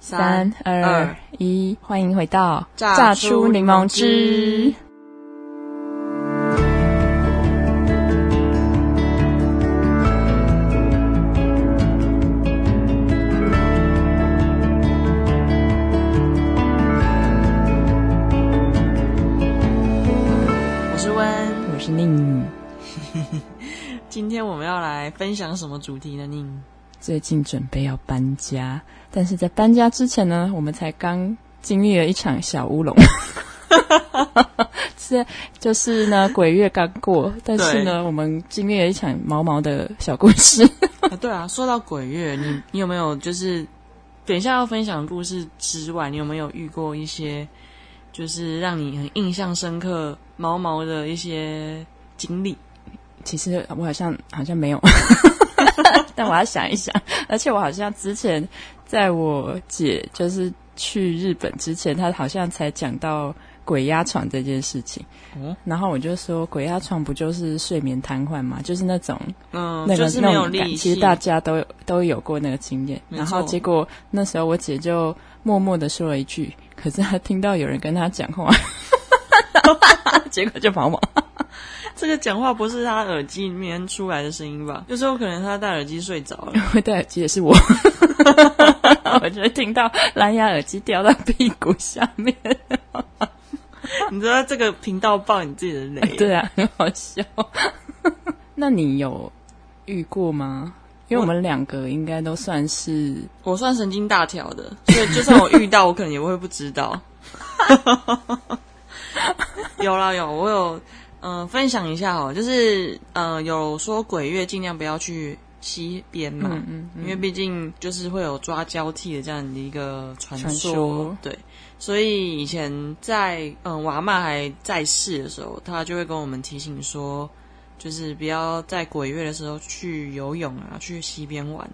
三二二一，欢迎回到榨出出柠柠檬檬汁汁。我是温，我是宁，今天我们要来分享什么主题呢？宁，最近准备要搬家，但是在搬家之前呢，我们才刚经历了一场小乌龙。 是，就是呢，鬼月刚过，但是呢，我们经历了一场毛毛的小故事。啊对啊，说到鬼月，你你有没有就是，等一下要分享的故事之外，你有没有遇过一些就是让你很印象深刻毛毛的一些经历？其实我好像好 像没有，但我要想一想。而且我好像之前在我姐就是去日本之前，她好像才讲到鬼压床这件事情。哦然后我就说，鬼压床不就是睡眠瘫痪吗？就是那种嗯，那个、就是那没有种感力气，其实大家都有都有过那个经验。没然后错结果那时候我姐就默默的说了一句，可是她听到有人跟她讲话， 结果就跑跑。 这个讲话不是他耳机里面出来的声音吧？有时候可能他戴耳机睡 着了。会戴耳机也是我， 我就听到蓝牙耳机掉到屁股下面，你知道这个频道爆你自己的雷，对啊，很好笑。那你有遇过吗？因为我们两个应该都算是我算神经大条的，所以就算我遇到，我可能也会不知道。 有啦有，我有嗯、呃分享一下哦，就是呃有说鬼月尽量不要去西边嘛，嗯嗯嗯因为毕竟就是会有抓交替的这样的一个传说，传说对。所以以前在嗯我阿嬷还在世的时候，她就会跟我们提醒说，就是不要在鬼月的时候去游泳啊，去溪边玩。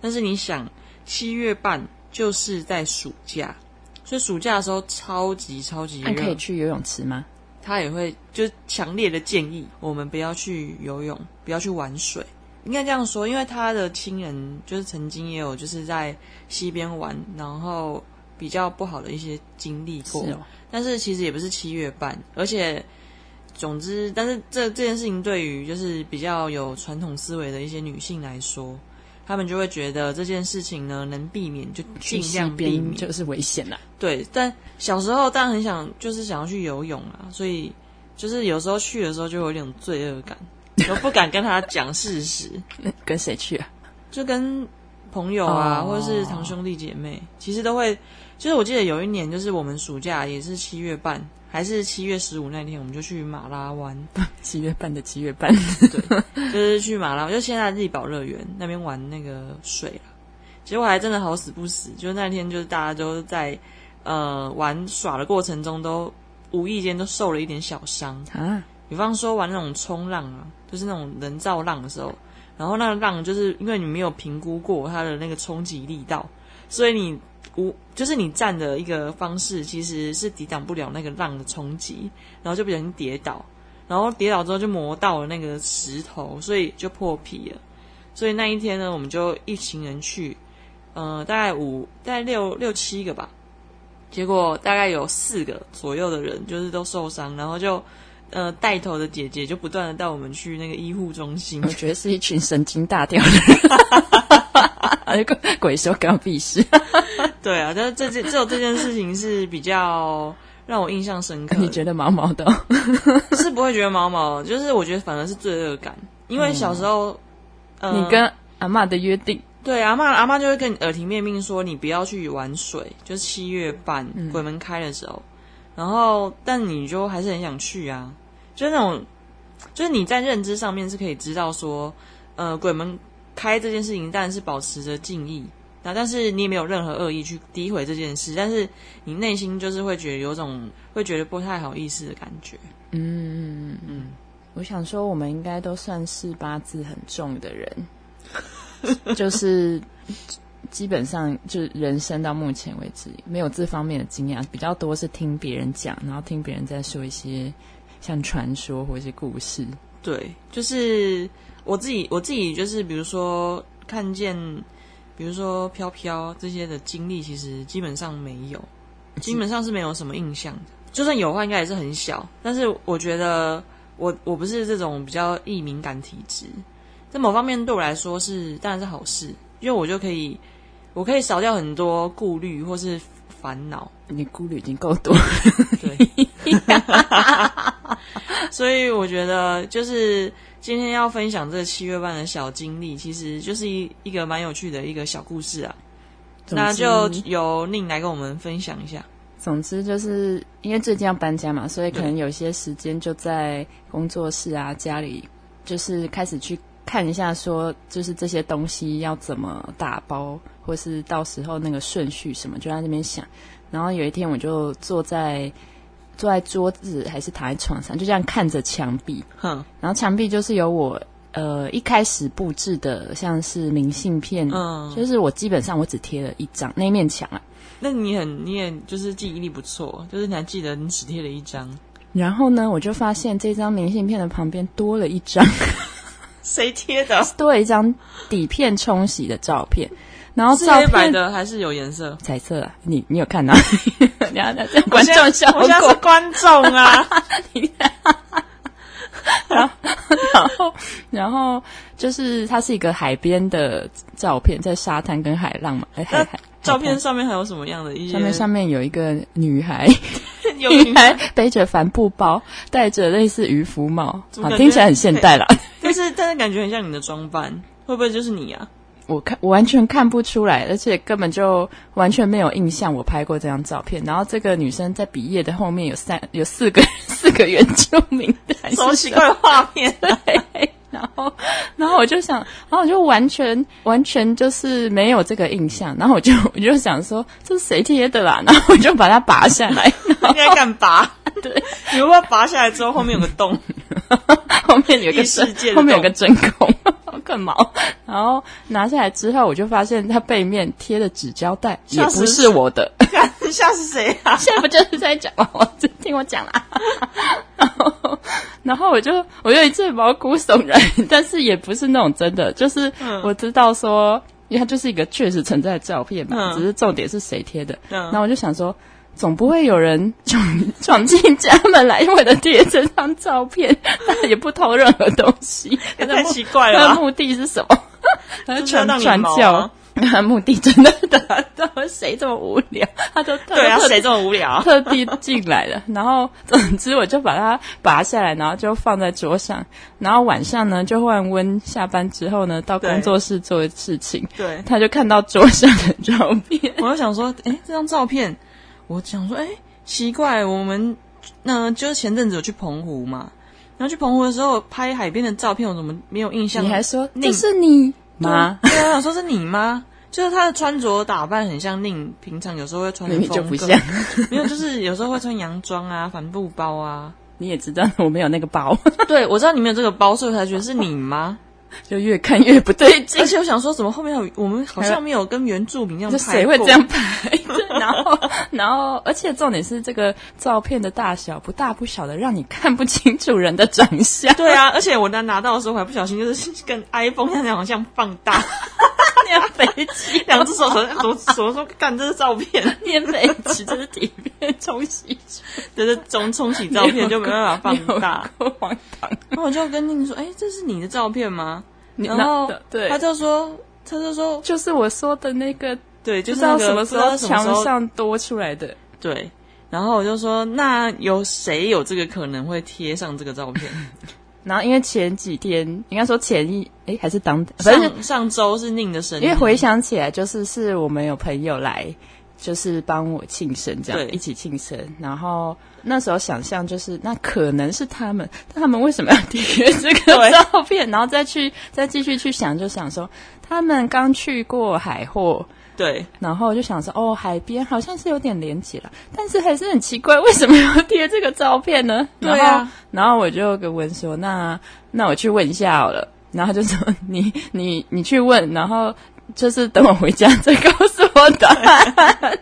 但是你想，七月半就是在暑假，所以暑假的时候超级超级那可以热，去游泳池吗？他也会就强烈的建议我们不要去游泳，不要去玩水。应该这样说，因为他的亲人就是曾经也有就是在溪边玩，然后比较不好的一些经历是过。哦，但是其实也不是七月半，而且总之，但是这这件事情对于就是比较有传统思维的一些女性来说，她们就会觉得这件事情呢能避免就去尽溪量避边免。就是危险啦。对，但小时候当然很想就是想要去游泳啊，所以就是有时候去的时候就有一种罪恶感，都不敢跟她讲事实，那 跟谁去啊？就跟朋友啊，哦或者是堂兄弟姐妹，其实都会。就是我记得有一年，就是我们暑假也是七月半，还是七月十五那天，我们就去马拉湾，七月半的七月半，就是去马拉，就现在的力宝乐园那边玩那个水啦。结果还真的好死不死，就那天就是大家都在呃玩耍的过程中，都无意间都受了一点小伤。 啊，比方说玩那种冲浪啊，就是那种人造浪的时候，然后那个浪就是因为你没有评估过它的那个冲击力道，所以你无就是你站的一个方式其实是抵挡不了那个浪的冲击，然后就不小心跌倒，然后跌倒之后就磨到了那个石头，所以就破皮了。所以那一天呢，我们就一行人去，呃，大概五大概六六七个吧，结果大概有四个左右的人就是都受伤，然后就。呃，带头的姐姐就不断的带我们去那个医护中心我，觉得是一群神经大条的 人，哎鬼鬼说干我屁事。对啊，但是这件只有这件事情是比较让我印象深刻你的，觉得毛毛的哦、是不会觉得毛毛，就是我觉得反而是罪恶感，因为小时候，呃，嗯你跟阿嬷的约定，对阿妈阿妈就会跟你耳提面命说你不要去玩水，就是七月半、鬼门开的时候，然后但你就还是很想去啊，就是那种，就是你在认知上面是可以知道说，呃，鬼门开这件事情当然是保持着敬意，那但是你也没有任何恶意去诋毁这件事，但是你内心就是会觉得有种会觉得不太好意思的感觉，嗯，嗯，我想说，我们应该都算是八字很重 的人，就是基本上就是人生到目前为止没有这方面的经验，比较多是听别人讲，然后听别人在说一些像传说或是故事。对，就是我自己，我自己就是比如说看见，比比如说飘飘这些的经历，其实基本上没有，基本上是没有什么印象的。就算有的话，应该也是很小。但是我觉得我我不是这种比较易敏感体质，在某方面对我来说是当然是好事，因为我就可以我可以少掉很多顾虑或是烦恼。你顾虑已经够多，对，所以我觉得就是今天要分享这七月半的小经历，其实就是一一个蛮有趣的一个小故事啊。那就总之由宁来跟我们分享一下。总之就是因为最近要搬家嘛，所以可能有些时间就在工作室啊、家里，就是开始去看一下，说就是这些东西要怎么打包，或是到时候那个顺序什么，就在那边想。然后有一天我就坐在坐在桌子还是躺在床上，就这样看着墙壁，哼，然后墙壁就是有我呃一开始布置的，像是明信片，嗯，就是我基本上我只贴了一张那一面墙啊。那你很你也就是记忆力不错，就是你还记得你只贴了一张，然后呢，我就发现这张明信片的旁边多了一张， 谁贴的？多了一张底片冲洗的照片。然后是照黑白片的还是有颜色？彩色啊，你你有看到？ 你要这样观我众现效在我现在是果。观众啊，然后然后就是它是一个海边的照片，在沙滩跟海浪嘛，哎海那海照片海上面还有什么样的一些？滩上面上面有一个女孩，面 有女孩背着帆布包，戴着类似渔夫帽，怎么好感觉听起来很现代啦。但是但是感觉很像你的装扮，会不会就是你啊？我看我完全看不出来，而且根本就完全没有印象我拍过这张照片。然后这个女生在毕业的后面有三 有四个四个原住民的， 还是什么奇怪的画面？对。然后，然后我就想，然后我就完全完全就是没有这个印象。然后我就 我就想说，这是谁贴的啦？然后我就把它拔下来， 应该干拔？对，你会不会拔下来之后后面有个洞？后面有个异世界的针，后面有个针孔，更毛。然后拿下来之后，我就发现它背面贴的纸胶带也吓死不是我的。看吓死谁啊？现在不就是在讲吗？我只听我讲啦。然后， 然后我就我有一阵毛骨悚然，但是也不是那种真的，就是嗯我知道说，因为它就是一个确实存在的照片嘛，嗯只是重点是谁贴的。嗯然后我就想说。总不会有人 闯闯进家门来为了贴这张照片， 但也不偷任何东西，也他太的目奇怪了他的吧！目的是什么？ 他就是要传让你传毛教 啊，他的目的真的的， 他谁这么无聊？ 他都对啊，他都谁这么无聊啊？特地进来的， 然后总之我就把它拔下来，然后就放在桌上，然后晚上呢就换温下班之后呢到对工作室做事情，对，他就看到桌上的照片， 我就想说，哎，这张照片，我想说，哎，奇怪，我们那就是前阵子有去澎湖嘛，然后去澎湖的时候拍海边的照片，我怎么没有印象？你还说宁这是你吗？对啊，我想说是你吗？就是他的穿着打扮很像令平常有时候会穿的明风明格，就不像， 没有，就是有时候会穿洋装啊、帆布包啊。你也知道我没有那个包，对，我知道你没有这个包，所以我才觉得是你吗？就越看越不对 劲而。且我想说，怎么后面还有我们好像没有跟原住民一样就拍谁会这样拍？对 然后，然后，而且重点是这个照片的大小不大不小的，让你看不清楚人的长相。过？对啊，而且我拿拿到的时候，我还不小心就是跟 iPhone 那样好像放大， 那样飞机，两只手手手手说干这是照片，面飞机，这是底片冲洗就是中冲 洗照片就没办法放大。，荒 唐。然后我就跟宁说：“哎、这是你的照片吗？”你然后对，他就说，他就说，就是我说的那个，对，不就是知那道个什么时不知候道什么墙时候上多出来的。对。然后我就说，那有谁有这个可能会贴上这个照片？然后因为前几天，应该说前一，哎，还是当，反正上上周是宁的生日，因为回想起来，就是是我们有朋友来，就是帮我庆生，这样对一起庆生。然后那时候想象就是，那可能是他们，但他们为什么要贴这个对照片？然后再去再继续去想，就想说他们刚去过海货。对，然后就想说，哦，海边好像是有点连起了，但是还是很奇怪，为什么要贴这个照片呢？对然后啊，然后我就跟文说，那那我去问一下好了。然后他就说，你你你去问，然后就是 等我回家再告诉我答案。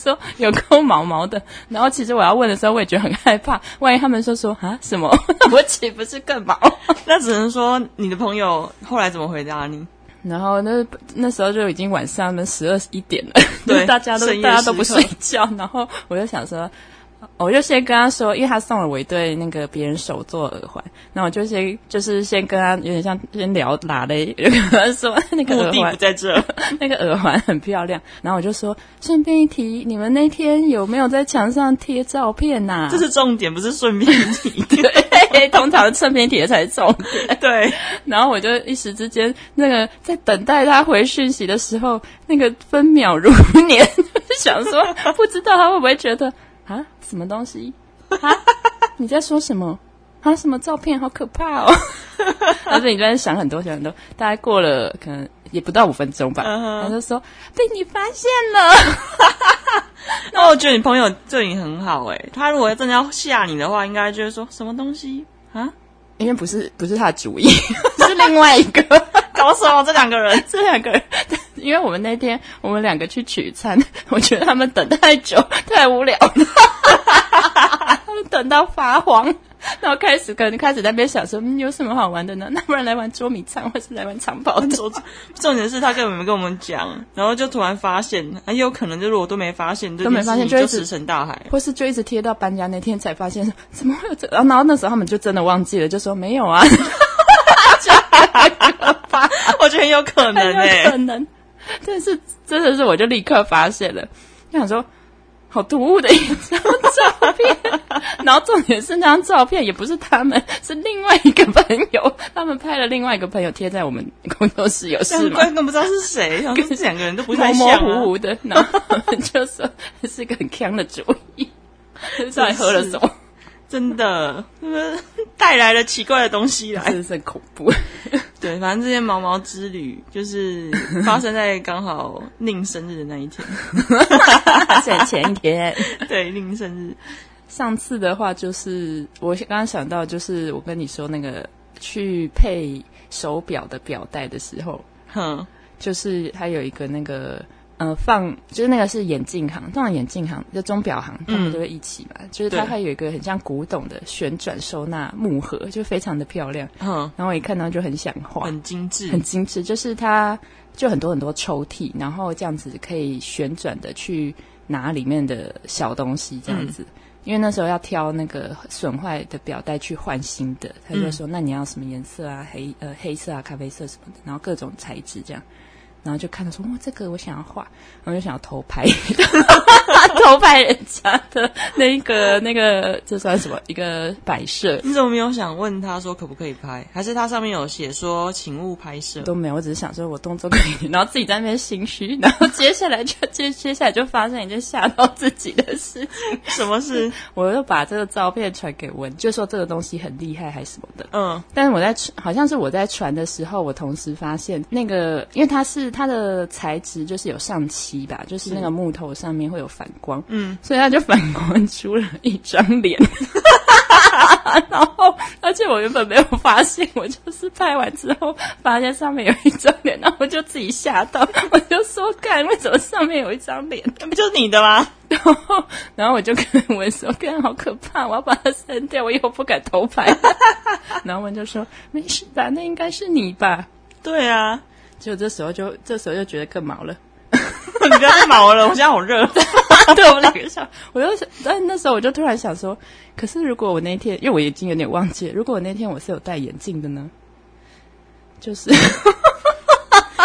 说有够毛毛的。然后其实我要问的时候，我也觉得很害怕，万一他们说说啊什么， 我岂不是更毛？那只能说你的朋友后来怎么回答你？然后那那时候就已经晚上那十二一 点了，对大家都深夜大家都不时刻睡觉，然后我就想说，我就先跟他说，因为他送了我一对那个别人手做耳环，那我就先就是先跟他有点像先聊拉嘞，就跟他说那个目的 耳环不在这，那个耳环很漂亮，然后我就说顺便一提，你们那天有没有在墙上贴照片呐、这是重点，不是顺便提。 对，通常正片贴才中。 对，然后我就一时之间，那个在等待他回讯息的时候，那个分秒如年， 就想说不知道他会不会觉得啊，什么东西啊，你在说什么啊？什么照片好可怕哦！ 而且你就在想很多想很多，大概过了可能也不到五分钟吧，嗯哼他就说被你发现了， 那我觉得你朋友对你很好哎、他如果真的要吓你的话，应该就是说什么东西啊？因为不是不是他的主意， 是另外一个。搞什么？这两个人 这两个人， 因为我们那天我们两个去取餐，我觉得他们等太久， 太无聊了，他们等到发慌，然后开始可能开始在那边想说，嗯，有什么好玩的呢？那不然来玩捉迷藏，或是来玩藏宝重重点是他根本没跟我们讲，然后就突然发现，很、有可能就是我都没发现，都没发现这件就一事情直就石沉大 海。 或是就一直贴到搬家那天才发现，怎么会有这？然后那时候他们就真的忘记了，就说没有啊，我觉得很有可能哎、很欸有可能。但是真的是，我就立刻发现了，就想说，好突兀的一张照片。 然后重点是那张照片也不是他们，是另外一个朋友，他们拍了另外一个朋友贴在我们工作室，有事但吗？根本不知道是谁，想说这两个人都不模太像、模啊，糊糊的，然后他们就说这是一个很强的主意， 到底喝了什么？真的， 是不是带来了奇怪的东西来？真的是很恐 怖。对，反正这些毛毛之旅 就是发生在刚好宁生日的那一天，在前一天。 对，宁生日，上次的话，就是我刚刚想到，就是我跟你说那个去配手表的表带的时候，哼，就是它有一个那个呃放，就是那个是眼镜行，通常眼镜行就钟表行，他们都会一起嘛，就是它对还有一个很像古董的旋转收纳木盒，就非常的漂亮，哼，然后我一看到就很想画，很精致，很精致，就是它就很多很多抽屉，然后这样子可以旋转的去拿里面的小东西，这样子。因为那时候要挑那个损坏的表带去换新的，他就说：“那你要什么颜色啊？黑呃黑色啊，咖啡色什么的，然后各种材质这样。”然后就看到说：“哇，这个我想要画，然后就想要偷拍，偷拍人家的那个那个，这算什么一个摆设？你怎么没有想问他说可不可以拍？还是他上面有写说请勿拍摄？都没有，我只是想说我动作可以， 然后自己在那边心虚，然后接下来就接接下来就发生一件吓到自己的事 情，什么 事？我又把这个照片传给文，就说这个东西很厉害还什么的。嗯，但是我在传好像是我在传的时候，我同时发现那个，因为它是它的材质就是有上漆吧，就是那个木头上面会有反光，嗯，所以它就反光出了一张脸。然后，而且我原本没有发现，我就是拍完之后发现上面有一张脸，然后我就自己吓到，我就说：“干，为什么上面有一张脸？”那不就是你的吗？然后，然后我就跟文说：“干，好可怕，我要把它删掉，我以后不敢偷拍。” 然后文就说：“没事吧，那应该是你吧对啊，？”结果这时候 就这时候就觉得更毛了， 你不要再毛了，我现在好 热。 哦对我们两个笑，我就想，但那时候我就突然想说，可是如果我那天，因为我已经有点忘记了，如果我那天我是有戴眼镜的呢？ 就是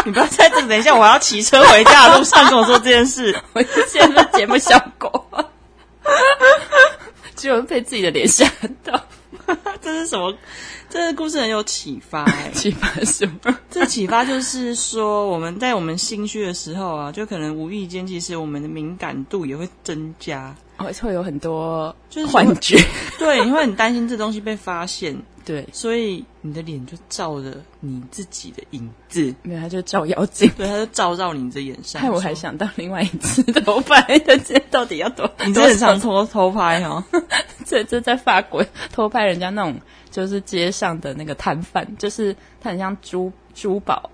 你不要再等，等一下我要骑车回家的路上跟我说这件事。我之前的节目效 果，结果被自己的脸吓到，这是什么？这个故事很有启发哎、启发 什么？这启发就是说，我们在我们心虚的时候啊，就可能无意间，其实我们的敏感度也会增加。哦，会有很多就是幻觉，对，你会很担心这东西被发现， 对。所以你的脸就照着你自己的影子，没有，他就照 妖镜。哎对，它就照到你的眼上。害我还说想到另外一次头发的这到底要多？ 你这很常偷偷拍哦，这 这在法国偷拍人家那种就是街上的那个摊贩，就是他很像珠珠宝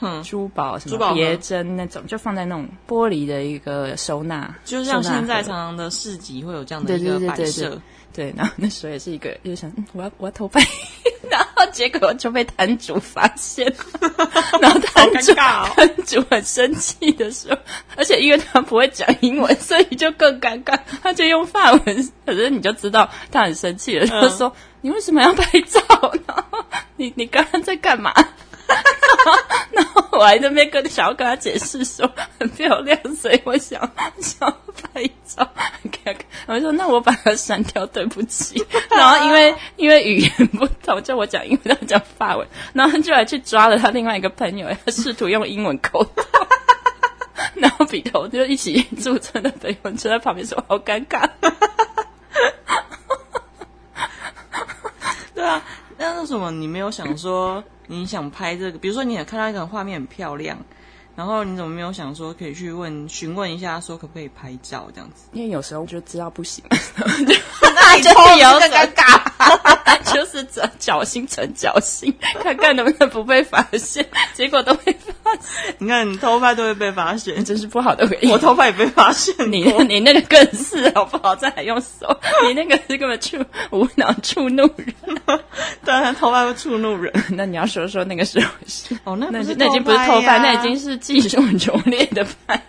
哼，珠宝什珠宝盒么别针那种，就放在那种玻璃的一个收纳，就像收纳盒现在常常的市集会有这样的一个对对对摆对设，对，然后那时候也是一个，就是想，嗯，我要我要偷拍，然后结果就被摊主发现， 然后摊好主、尴尬哦摊主很生气的说，而且因为他不会讲英文，所以就更尴尬，他就用法文，可是你就知道他很生气了，嗯就说、你为什么要拍照？ 然后你你刚刚在干嘛？然后我还在那边跟想要跟他解释说很漂亮，所以我想想要拍照给他看。我就说那我把它删掉，对不起。然后因为因为语言不同，就我讲英文，他讲法文，然后他就来去抓了他另外一个朋友，他试图用英文沟通。 然后比头就一起驻村的朋友就在旁边说好尴尬，对啊。那那什么，你没有想 说你想拍这个？比如说你想看到一个画面很漂亮，然后你怎么没有想说可以去问询问一下，说可不可以拍照这样子？ 因为有时候就知道不行， 那 就是有更尴尬。 就是这侥幸成侥幸，看看能不能不被发现，结果都被发现， 你看你偷拍都会被发现，真是不好的回忆。我偷拍也被发现过。你 你那个更是好不好？这还用手？你那个是根本触无脑触怒人。当然啊偷拍会触怒人。那你要说说那个时候是？哦，那那不是那已经不是偷拍拍，呀，那已经是技术 拙劣的拍。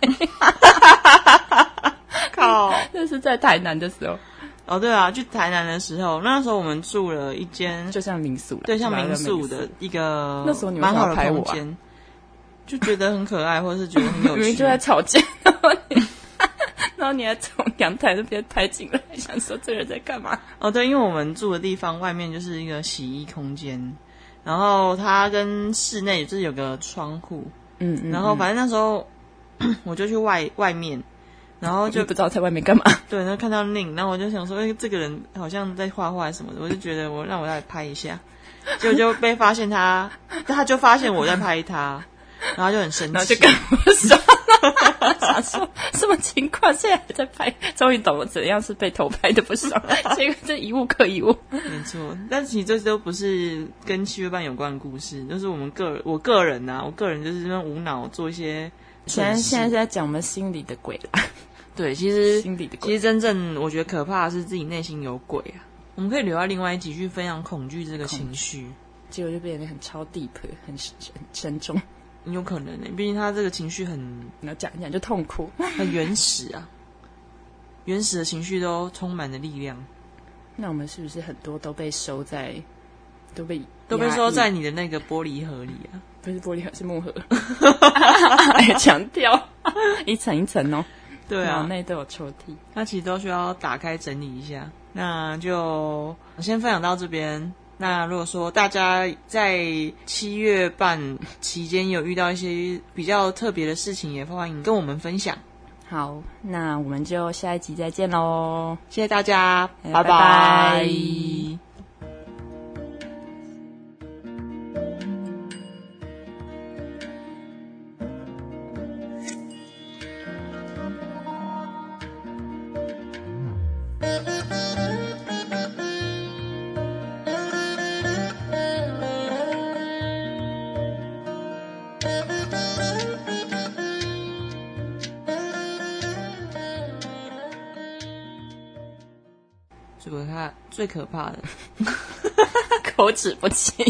靠。那是在台南的时候，哦，对啊，去台南的时候，那时候我们住了一间就像民宿啦，对，像是吧民宿的。一个那时候你为蛮什么好要的拍我空啊间，就觉得很可爱，或者是觉得很有 明明趣就。在吵架，然后你， 然后你还从阳台那边拍进来，想说这人在干嘛？哦，对，因为我们住的地方外面就是一个洗衣空间，然后它跟室内就是有个窗户，嗯，嗯然后反正那时候 我就去外外面，然后就就哦不知道在外面干嘛。对，然后看到令，然后我就想说，哎、这个人好像在画画什么的，我就觉得我让我来拍一下，结果就被发现他，他就发现我在拍他，然后就很生然后气就，跟我说，想说什么情况？现在还在拍，终于懂了怎样是被偷拍的不 爽。结果这一物克一物，没错，但其实这都不是跟七月半有关的故事，就是我们个我个人呐、啊，我个人就是这边无脑做一些现在蠢事。现在在讲我们心里的鬼啦，对，其实心里的其鬼。实真正我觉得可怕的是自己内心有鬼啊。我们可以留到另外一集去分享恐惧这个情绪，结果就变得很超 deep，很深很深重，有可能呢、欸毕竟他这个情绪很然后讲一讲就痛哭。很原始啊，原始的情绪都充满了力量，那我们是不是很多都被收在，都被都被压抑收在你的那个玻璃盒里啊。不是玻璃盒是 木盒，哎，强调一层一层哦，对脑啊，内都有抽屉。那其实都需要打开整理一下。那就先分享到这边。那如果说大家在七月半期间有遇到一些比较特别的事情，也欢迎跟我们分享。好，那我们就下一集再见喽。谢谢大家，哎拜拜拜最可怕，最可怕的。 口齿不清。